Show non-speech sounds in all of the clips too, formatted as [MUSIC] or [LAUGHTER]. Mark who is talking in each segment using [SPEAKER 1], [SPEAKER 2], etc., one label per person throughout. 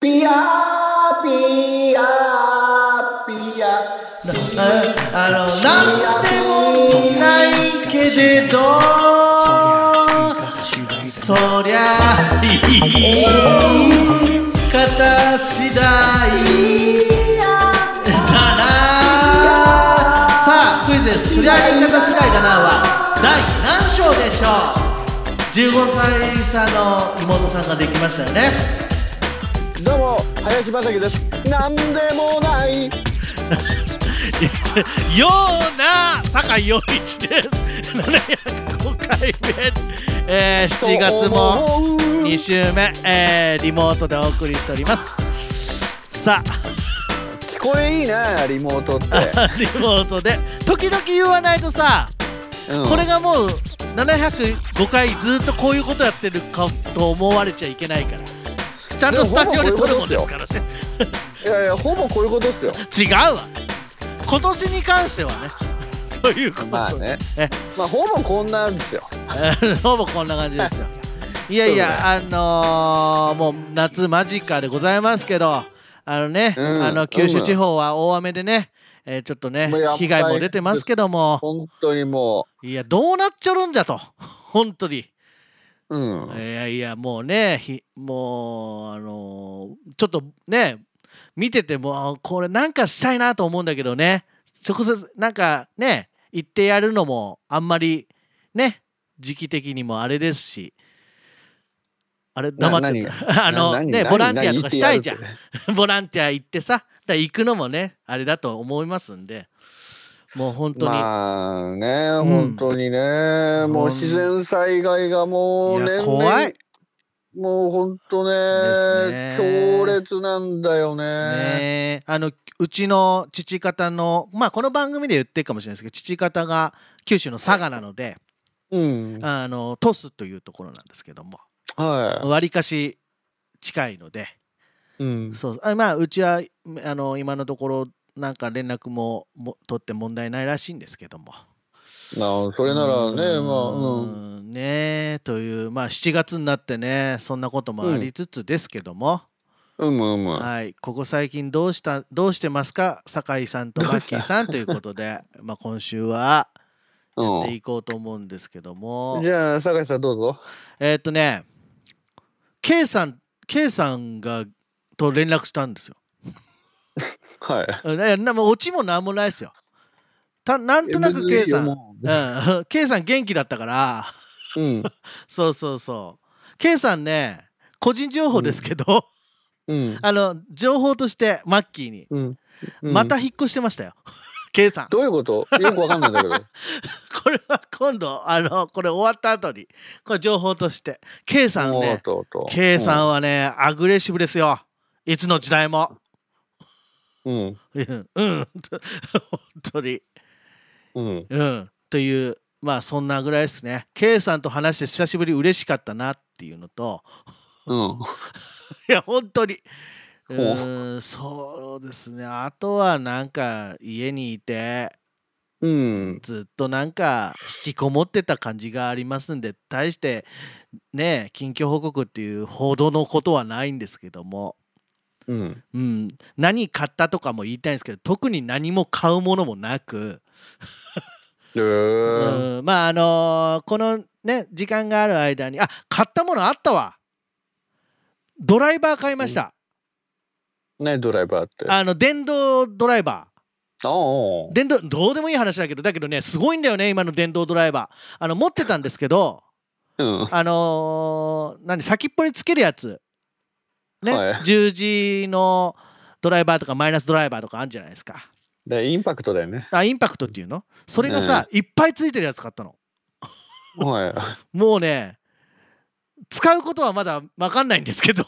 [SPEAKER 1] ピアーピアーピア
[SPEAKER 2] あのなんでもないけれどそりゃあいい方次第だなさあクイズですそりゃあいい方次第だなは第何章でしょう15歳差の妹さんができましたよね
[SPEAKER 1] どうも林正樹ですなんでもない
[SPEAKER 3] [LAUGHS] ような酒井陽一です705回目、えー、7月も
[SPEAKER 1] と思う
[SPEAKER 3] 2週目、えーリモートでお送りしておりますさ
[SPEAKER 1] 聞こえいいねリモートって、
[SPEAKER 3] あ [LAUGHS] リモートで時々言わないとさ、
[SPEAKER 1] うん
[SPEAKER 3] これがもう705回ずっとこういうことやってるかと思われちゃいけないからちゃんとスタジオで撮るもんですからね
[SPEAKER 1] いやいやほぼこういうことです
[SPEAKER 3] [LAUGHS]
[SPEAKER 1] よ
[SPEAKER 3] 違うわ今年に関してはね [LAUGHS] ということで、
[SPEAKER 1] まあね
[SPEAKER 3] え
[SPEAKER 1] まあほぼこんなんですよ
[SPEAKER 3] [LAUGHS] ほぼこんな感じですよ。いやいや、あのー、もう夏間近でございますけど、あのね、
[SPEAKER 1] うん
[SPEAKER 3] あの九州地方は大雨でね、えーちょっとね
[SPEAKER 1] まあやっぱ、り
[SPEAKER 3] 被害も出てますけども、
[SPEAKER 1] 本当にも
[SPEAKER 3] いや、どうなっちゃるんじゃと、本当に。
[SPEAKER 1] ううん
[SPEAKER 3] いやいや、もうね、ひもう、あのーちょっとね、見てても、あこれなんかしたいなと思うんだけどね、直接、なんかね、行ってやるのも、あんまり、ね、時期的にもあれですし、あれ、
[SPEAKER 1] な
[SPEAKER 3] 黙っちゃった。 [LAUGHS] あ
[SPEAKER 1] な
[SPEAKER 3] の、
[SPEAKER 1] 何
[SPEAKER 3] ね、
[SPEAKER 1] 何
[SPEAKER 3] ボランティアとかしたいじゃ
[SPEAKER 1] 何言っ
[SPEAKER 3] ん。 [LAUGHS] ボランティア行ってさ、だから行くのもね、あれだと思いますんで、もう本当に。
[SPEAKER 1] まあね
[SPEAKER 3] ん
[SPEAKER 1] 本当にね、もう自然災害がもう
[SPEAKER 3] い
[SPEAKER 1] 年
[SPEAKER 3] や
[SPEAKER 1] 々
[SPEAKER 3] 怖い
[SPEAKER 1] もうほんと
[SPEAKER 3] です
[SPEAKER 1] ね
[SPEAKER 3] ね
[SPEAKER 1] 強烈なんだよね
[SPEAKER 3] ねえあのうちの父方のまあこの番組で言ってるかもしれないですけど父方が九州の佐賀なので
[SPEAKER 1] うん
[SPEAKER 3] あの鳥栖というところなんですけども
[SPEAKER 1] は
[SPEAKER 3] わりかし近いので
[SPEAKER 1] い、うん、
[SPEAKER 3] そうあまあうちはあの今のところなんか連絡もも取って問題ないらしいんですけども。
[SPEAKER 1] なそれならね
[SPEAKER 3] うーん
[SPEAKER 1] まあうん
[SPEAKER 3] ねえというまあ7月になってねそんなこともありつつですけども。
[SPEAKER 1] うむうむ
[SPEAKER 3] はい、ここ最近どうしたどうしてますか酒井さんとマッキーさんということで、 [LAUGHS] まあ、今週はやっていこうと思うんですけど
[SPEAKER 1] う
[SPEAKER 3] も
[SPEAKER 1] ん、じゃあ酒井さんどうぞ
[SPEAKER 3] えーっとね K さん K さんがと連絡したんですよ。
[SPEAKER 1] はい
[SPEAKER 3] えなもうオチも何もないですよ。たなんとなく K さん、うん、K [LAUGHS] さん元気だったから [LAUGHS]
[SPEAKER 1] うん
[SPEAKER 3] そうそうそう。K さんね個人情報ですけど、
[SPEAKER 1] うん
[SPEAKER 3] [LAUGHS] あの情報としてマッキーに、
[SPEAKER 1] うんうん
[SPEAKER 3] また引っ越してましたよ [LAUGHS] K さん。
[SPEAKER 1] どういうことよくわかんないん
[SPEAKER 3] [LAUGHS]
[SPEAKER 1] だけど
[SPEAKER 3] これは今度あのこれ終わった後にこれ情報として K さん
[SPEAKER 1] お
[SPEAKER 3] ね
[SPEAKER 1] っとおっと
[SPEAKER 3] K さんはねアグレッシブですよいつの時代も
[SPEAKER 1] うん
[SPEAKER 3] うんうん本当に
[SPEAKER 1] うん
[SPEAKER 3] うんというまあそんなぐらいですね K さんと話して久しぶり嬉しかったなっていうのと
[SPEAKER 1] うん
[SPEAKER 3] いや本当にうーんそうですねあとはなんか家にいて
[SPEAKER 1] うん
[SPEAKER 3] ずっとなんか引きこもってた感じがありますんで対してね近況報告っていうほどのことはないんですけども、
[SPEAKER 1] うん
[SPEAKER 3] うん、何買ったとかも言いたいんですけど特に何も買うものもなく、
[SPEAKER 1] えー
[SPEAKER 3] うんまああのーこのね時間がある間にあ買ったものあったわドライバー買いました、
[SPEAKER 1] 何ドライバーってあ
[SPEAKER 3] あの電動ドライバー。
[SPEAKER 1] おう
[SPEAKER 3] 電動どうでもいい話だけどだけどねすごいんだよね今の電動ドライバーあの持ってたんですけど
[SPEAKER 1] うん
[SPEAKER 3] あのー何先っぽにつけるやつね、
[SPEAKER 1] はい
[SPEAKER 3] 十字のドライバーとかマイナスドライバーとかあるじゃないですか
[SPEAKER 1] でインパクトだよね
[SPEAKER 3] あインパクトっていうのそれがさ、いっぱいついてるやつ買ったの
[SPEAKER 1] はい
[SPEAKER 3] もうね使うことはまだ分かんないんですけど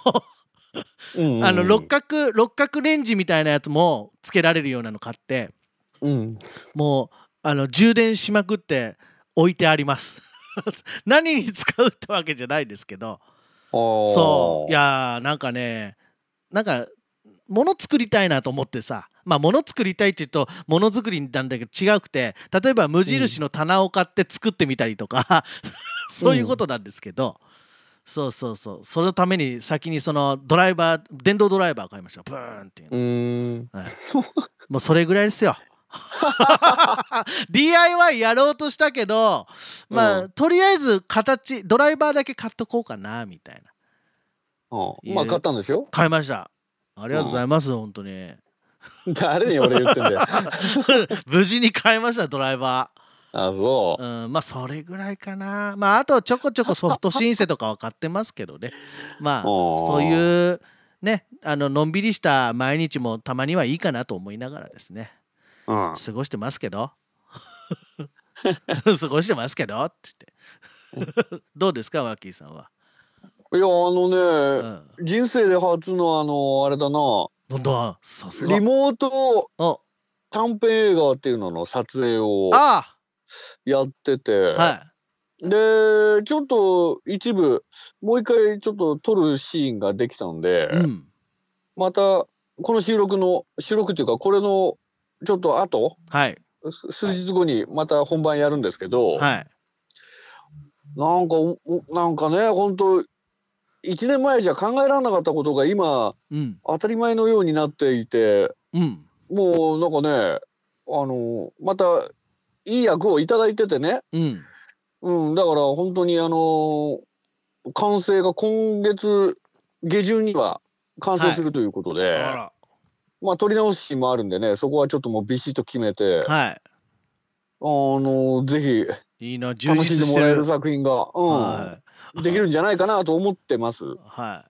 [SPEAKER 1] うんうん
[SPEAKER 3] あの六角六角レンジみたいなやつもつけられるようなの買って
[SPEAKER 1] うん
[SPEAKER 3] もうあの充電しまくって置いてあります [LAUGHS] 何に使うってわけじゃないですけどそういやーなんかねなんか物作りたいなと思ってさまあ物作りたいって言うと物作りなんだけど違うくて例えば無印の棚を買って作ってみたりとか、そういうことなんですけど、そうそうそうそのために先にそのドライバー電動ドライバー買いましたブーンっていう
[SPEAKER 1] うーん
[SPEAKER 3] もうそれぐらいですよ DIY やろうとしたけどまあ、
[SPEAKER 1] う
[SPEAKER 3] とりあえず形ドライバーだけ買っとこうかなみたいな
[SPEAKER 1] うんまあ買ったんですよ [LAUGHS]
[SPEAKER 3] 買いましたありがとうございます、本当に [LAUGHS]
[SPEAKER 1] 誰に俺言ってんだよ
[SPEAKER 3] 無事に買いましたドライバ
[SPEAKER 1] あそ
[SPEAKER 3] ー、うん、まあそれぐらいかなまああとちょ
[SPEAKER 1] [LAUGHS]
[SPEAKER 3] こちょこソフトシンセとかは買ってますけどねまあ
[SPEAKER 1] おー
[SPEAKER 3] そういうねあののんびりした毎日もたまにはいいかなと思いながらですね
[SPEAKER 1] ううん
[SPEAKER 3] 過ごしてます
[SPEAKER 1] [LAUGHS]
[SPEAKER 3] けど [LAUGHS] 過ごしてますけどって言って [LAUGHS] どうですかワッキーさんは、
[SPEAKER 1] いやあ
[SPEAKER 3] う
[SPEAKER 1] のね、
[SPEAKER 3] ん、
[SPEAKER 1] 人生で初のあのあれだな
[SPEAKER 3] どんどんさすが
[SPEAKER 1] リモート
[SPEAKER 3] お
[SPEAKER 1] 短編映画っていうのの撮影を
[SPEAKER 3] あ
[SPEAKER 1] やってて、
[SPEAKER 3] あは
[SPEAKER 1] でちょっと一部もう一回ちょっと撮るシーンができたんで、
[SPEAKER 3] い、うん、
[SPEAKER 1] またこの収録の収録っていうかこれのちょっと後
[SPEAKER 3] はい
[SPEAKER 1] す数日後にまた本番やるんですけど、
[SPEAKER 3] はい
[SPEAKER 1] なんかおおなんかね本当1年前じゃ考えられなかったことが今
[SPEAKER 3] うん
[SPEAKER 1] 当たり前のようになっていて
[SPEAKER 3] うん
[SPEAKER 1] もうなんかねあのまたいい役をいただいててね、
[SPEAKER 3] うん
[SPEAKER 1] うん、だから本当にあの完成が今月下旬には完成するということで、
[SPEAKER 3] あら
[SPEAKER 1] まあ撮り直しもあるんでねそこはちょっともうビシッと決めて、あ
[SPEAKER 3] は
[SPEAKER 1] のぜひ
[SPEAKER 3] いいいな充
[SPEAKER 1] 楽し
[SPEAKER 3] 実
[SPEAKER 1] んでも
[SPEAKER 3] して
[SPEAKER 1] らえ
[SPEAKER 3] る
[SPEAKER 1] る作品が、うん
[SPEAKER 3] は
[SPEAKER 1] できるんじゃないかなと思ってます。
[SPEAKER 3] いは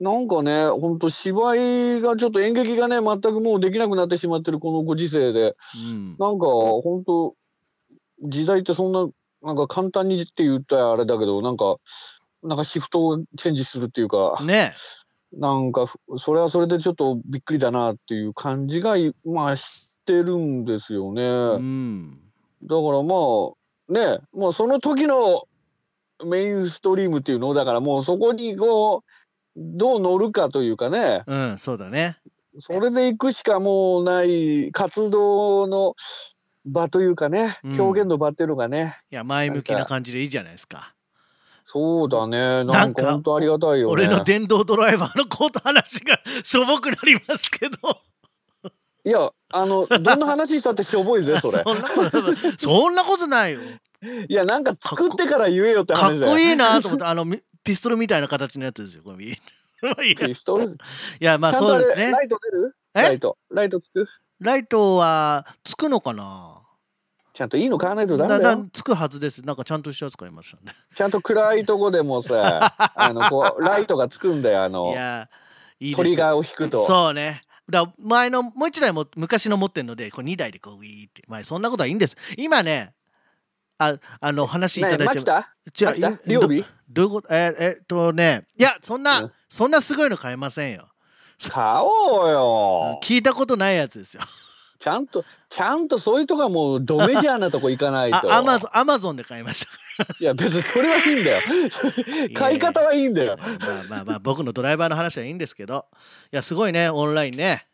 [SPEAKER 1] なんかね本当芝居がちょっと演劇がね全くもうできなくなってしまってるこのご時世で
[SPEAKER 3] いうん
[SPEAKER 1] なんか本当時代ってそんななんか簡単にって言ったらあれだけどなんかなんかシフトをチェンジするっていうか
[SPEAKER 3] ね
[SPEAKER 1] なんかふそれはそれでちょっとびっくりだなっていう感じがいまあしてるんですよね。
[SPEAKER 3] うん
[SPEAKER 1] だからまあねもうその時のメインストリームっていうのだからもうそこにこうどう乗るかというかね
[SPEAKER 3] うんそうだね
[SPEAKER 1] それで行くしかもうない活動の場というかね、
[SPEAKER 3] うん
[SPEAKER 1] 表現の場っていうのがね
[SPEAKER 3] いや前向きな感じでいいじゃないですか
[SPEAKER 1] そうだね
[SPEAKER 3] な
[SPEAKER 1] なんん
[SPEAKER 3] か
[SPEAKER 1] か本当ありがたいよね
[SPEAKER 3] 俺の電動ドライバーのこと話が [LAUGHS] しょぼくなりますけど
[SPEAKER 1] いやあのどんな話したってしょぼい
[SPEAKER 3] [LAUGHS]
[SPEAKER 1] ぜそれ
[SPEAKER 3] んなことないそんなことない
[SPEAKER 1] [LAUGHS]
[SPEAKER 3] よ
[SPEAKER 1] いやなんか作ってから言えよって
[SPEAKER 3] か
[SPEAKER 1] 話
[SPEAKER 3] っ
[SPEAKER 1] だ
[SPEAKER 3] こ
[SPEAKER 1] よ
[SPEAKER 3] いいなと思ってあのみピストルみたいな形のやつですよこれい
[SPEAKER 1] [LAUGHS]
[SPEAKER 3] やい
[SPEAKER 1] ピストルち
[SPEAKER 3] やま
[SPEAKER 1] ゃ
[SPEAKER 3] あ
[SPEAKER 1] んと
[SPEAKER 3] そ
[SPEAKER 1] あ
[SPEAKER 3] う
[SPEAKER 1] れ
[SPEAKER 3] ですね
[SPEAKER 1] ライト出るラ
[SPEAKER 3] え
[SPEAKER 1] イトライトつく
[SPEAKER 3] ライトはつくのかな
[SPEAKER 1] ちゃんといいの買わないとダメ
[SPEAKER 3] だ
[SPEAKER 1] だ
[SPEAKER 3] だ
[SPEAKER 1] よ
[SPEAKER 3] つくはずですなんかちゃんとしたやつ買いましたね
[SPEAKER 1] ちゃんと暗いとこでもさ
[SPEAKER 3] [LAUGHS]
[SPEAKER 1] あのこうライトがつくんだよあ
[SPEAKER 3] い
[SPEAKER 1] の
[SPEAKER 3] やいい
[SPEAKER 1] ト
[SPEAKER 3] で
[SPEAKER 1] リ
[SPEAKER 3] す
[SPEAKER 1] ガーを引くと
[SPEAKER 3] そうねだ前のもう一台も昔の持ってるのでこれ2台でこうウィーって、まあ、そんなことはいいんです今ねああの話い
[SPEAKER 1] ね
[SPEAKER 3] た
[SPEAKER 1] え
[SPEAKER 3] だいて
[SPEAKER 1] 牧田
[SPEAKER 3] 違う
[SPEAKER 1] 秋田
[SPEAKER 3] い
[SPEAKER 1] 両備
[SPEAKER 3] どどういうことえーえーっとねいやそんな、
[SPEAKER 1] うん
[SPEAKER 3] そんなすごいの買えませんよ
[SPEAKER 1] 買おうよ
[SPEAKER 3] 聞いたことないやつですよ
[SPEAKER 1] ちゃんと、ちゃんとそういうとこはもうドメジャーなとこ行かないと。
[SPEAKER 3] あアマゾンアマゾンで買いまし。
[SPEAKER 1] いや、別にそれはいいんだよ買い方はいいんだ
[SPEAKER 3] た
[SPEAKER 1] よ。
[SPEAKER 3] まあまあまあ僕のドライバーの話はいいんですけどいやすごいねオンラインね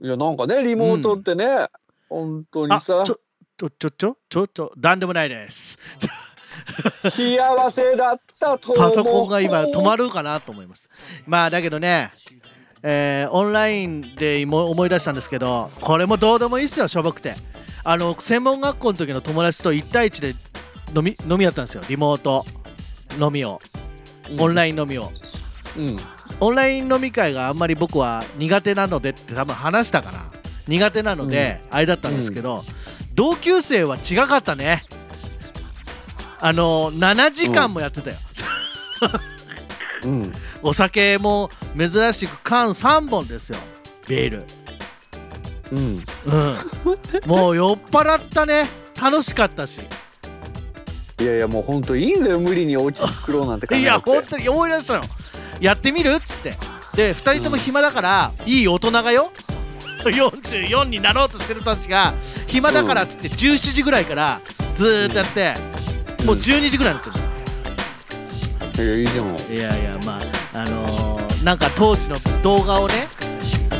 [SPEAKER 1] いや、なんかね、リモートってね、本当
[SPEAKER 3] あ
[SPEAKER 1] に
[SPEAKER 3] ち
[SPEAKER 1] さ、
[SPEAKER 3] ょちょちょちょちょちょなんでもないです
[SPEAKER 1] 幸せだったと思う。
[SPEAKER 3] [LAUGHS] パソコンが今止まるかなと思いましたまあだけどねえーオンラインでも思い出したんですけどこれもどうでもいいっすよしょぼくてあの専門学校の時の友達と1対1で飲み飲みやったんですよリモート飲みをオンライン飲みを、
[SPEAKER 1] うん。
[SPEAKER 3] オンライン飲み会があんまり僕は苦手なのでって多分話したかな苦手なのであれだったんですけど、同級生は違かったねあの7時間もやってたよ、
[SPEAKER 1] うん。
[SPEAKER 3] お酒も珍しく缶3本ですよビール
[SPEAKER 1] うん。
[SPEAKER 3] うんもう酔っ払ったね楽しかったし
[SPEAKER 1] いやいや、もう本当いいんだよ。無理に落ち着くろうなんて考え
[SPEAKER 3] いや
[SPEAKER 1] なくて。
[SPEAKER 3] 本当に思い出したのやってみるっつってで2人とも暇だから、いい大人がよ44になろうとしてる人たちが暇だからっつって17時ぐらいからずーっとやって、もう12時ぐらいになってる
[SPEAKER 1] いや、いいじゃん。
[SPEAKER 3] いやいやまああのーなんか当時の動画をね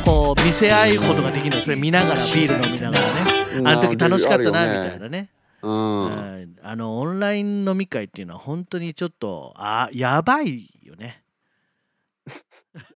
[SPEAKER 3] こう見せ合うことができるんですよ見ながらビール飲みながらねあの時楽しかったなみたいなね、
[SPEAKER 1] うん。
[SPEAKER 3] はいあのオンライン飲み会っていうのは本当にちょっとあやばい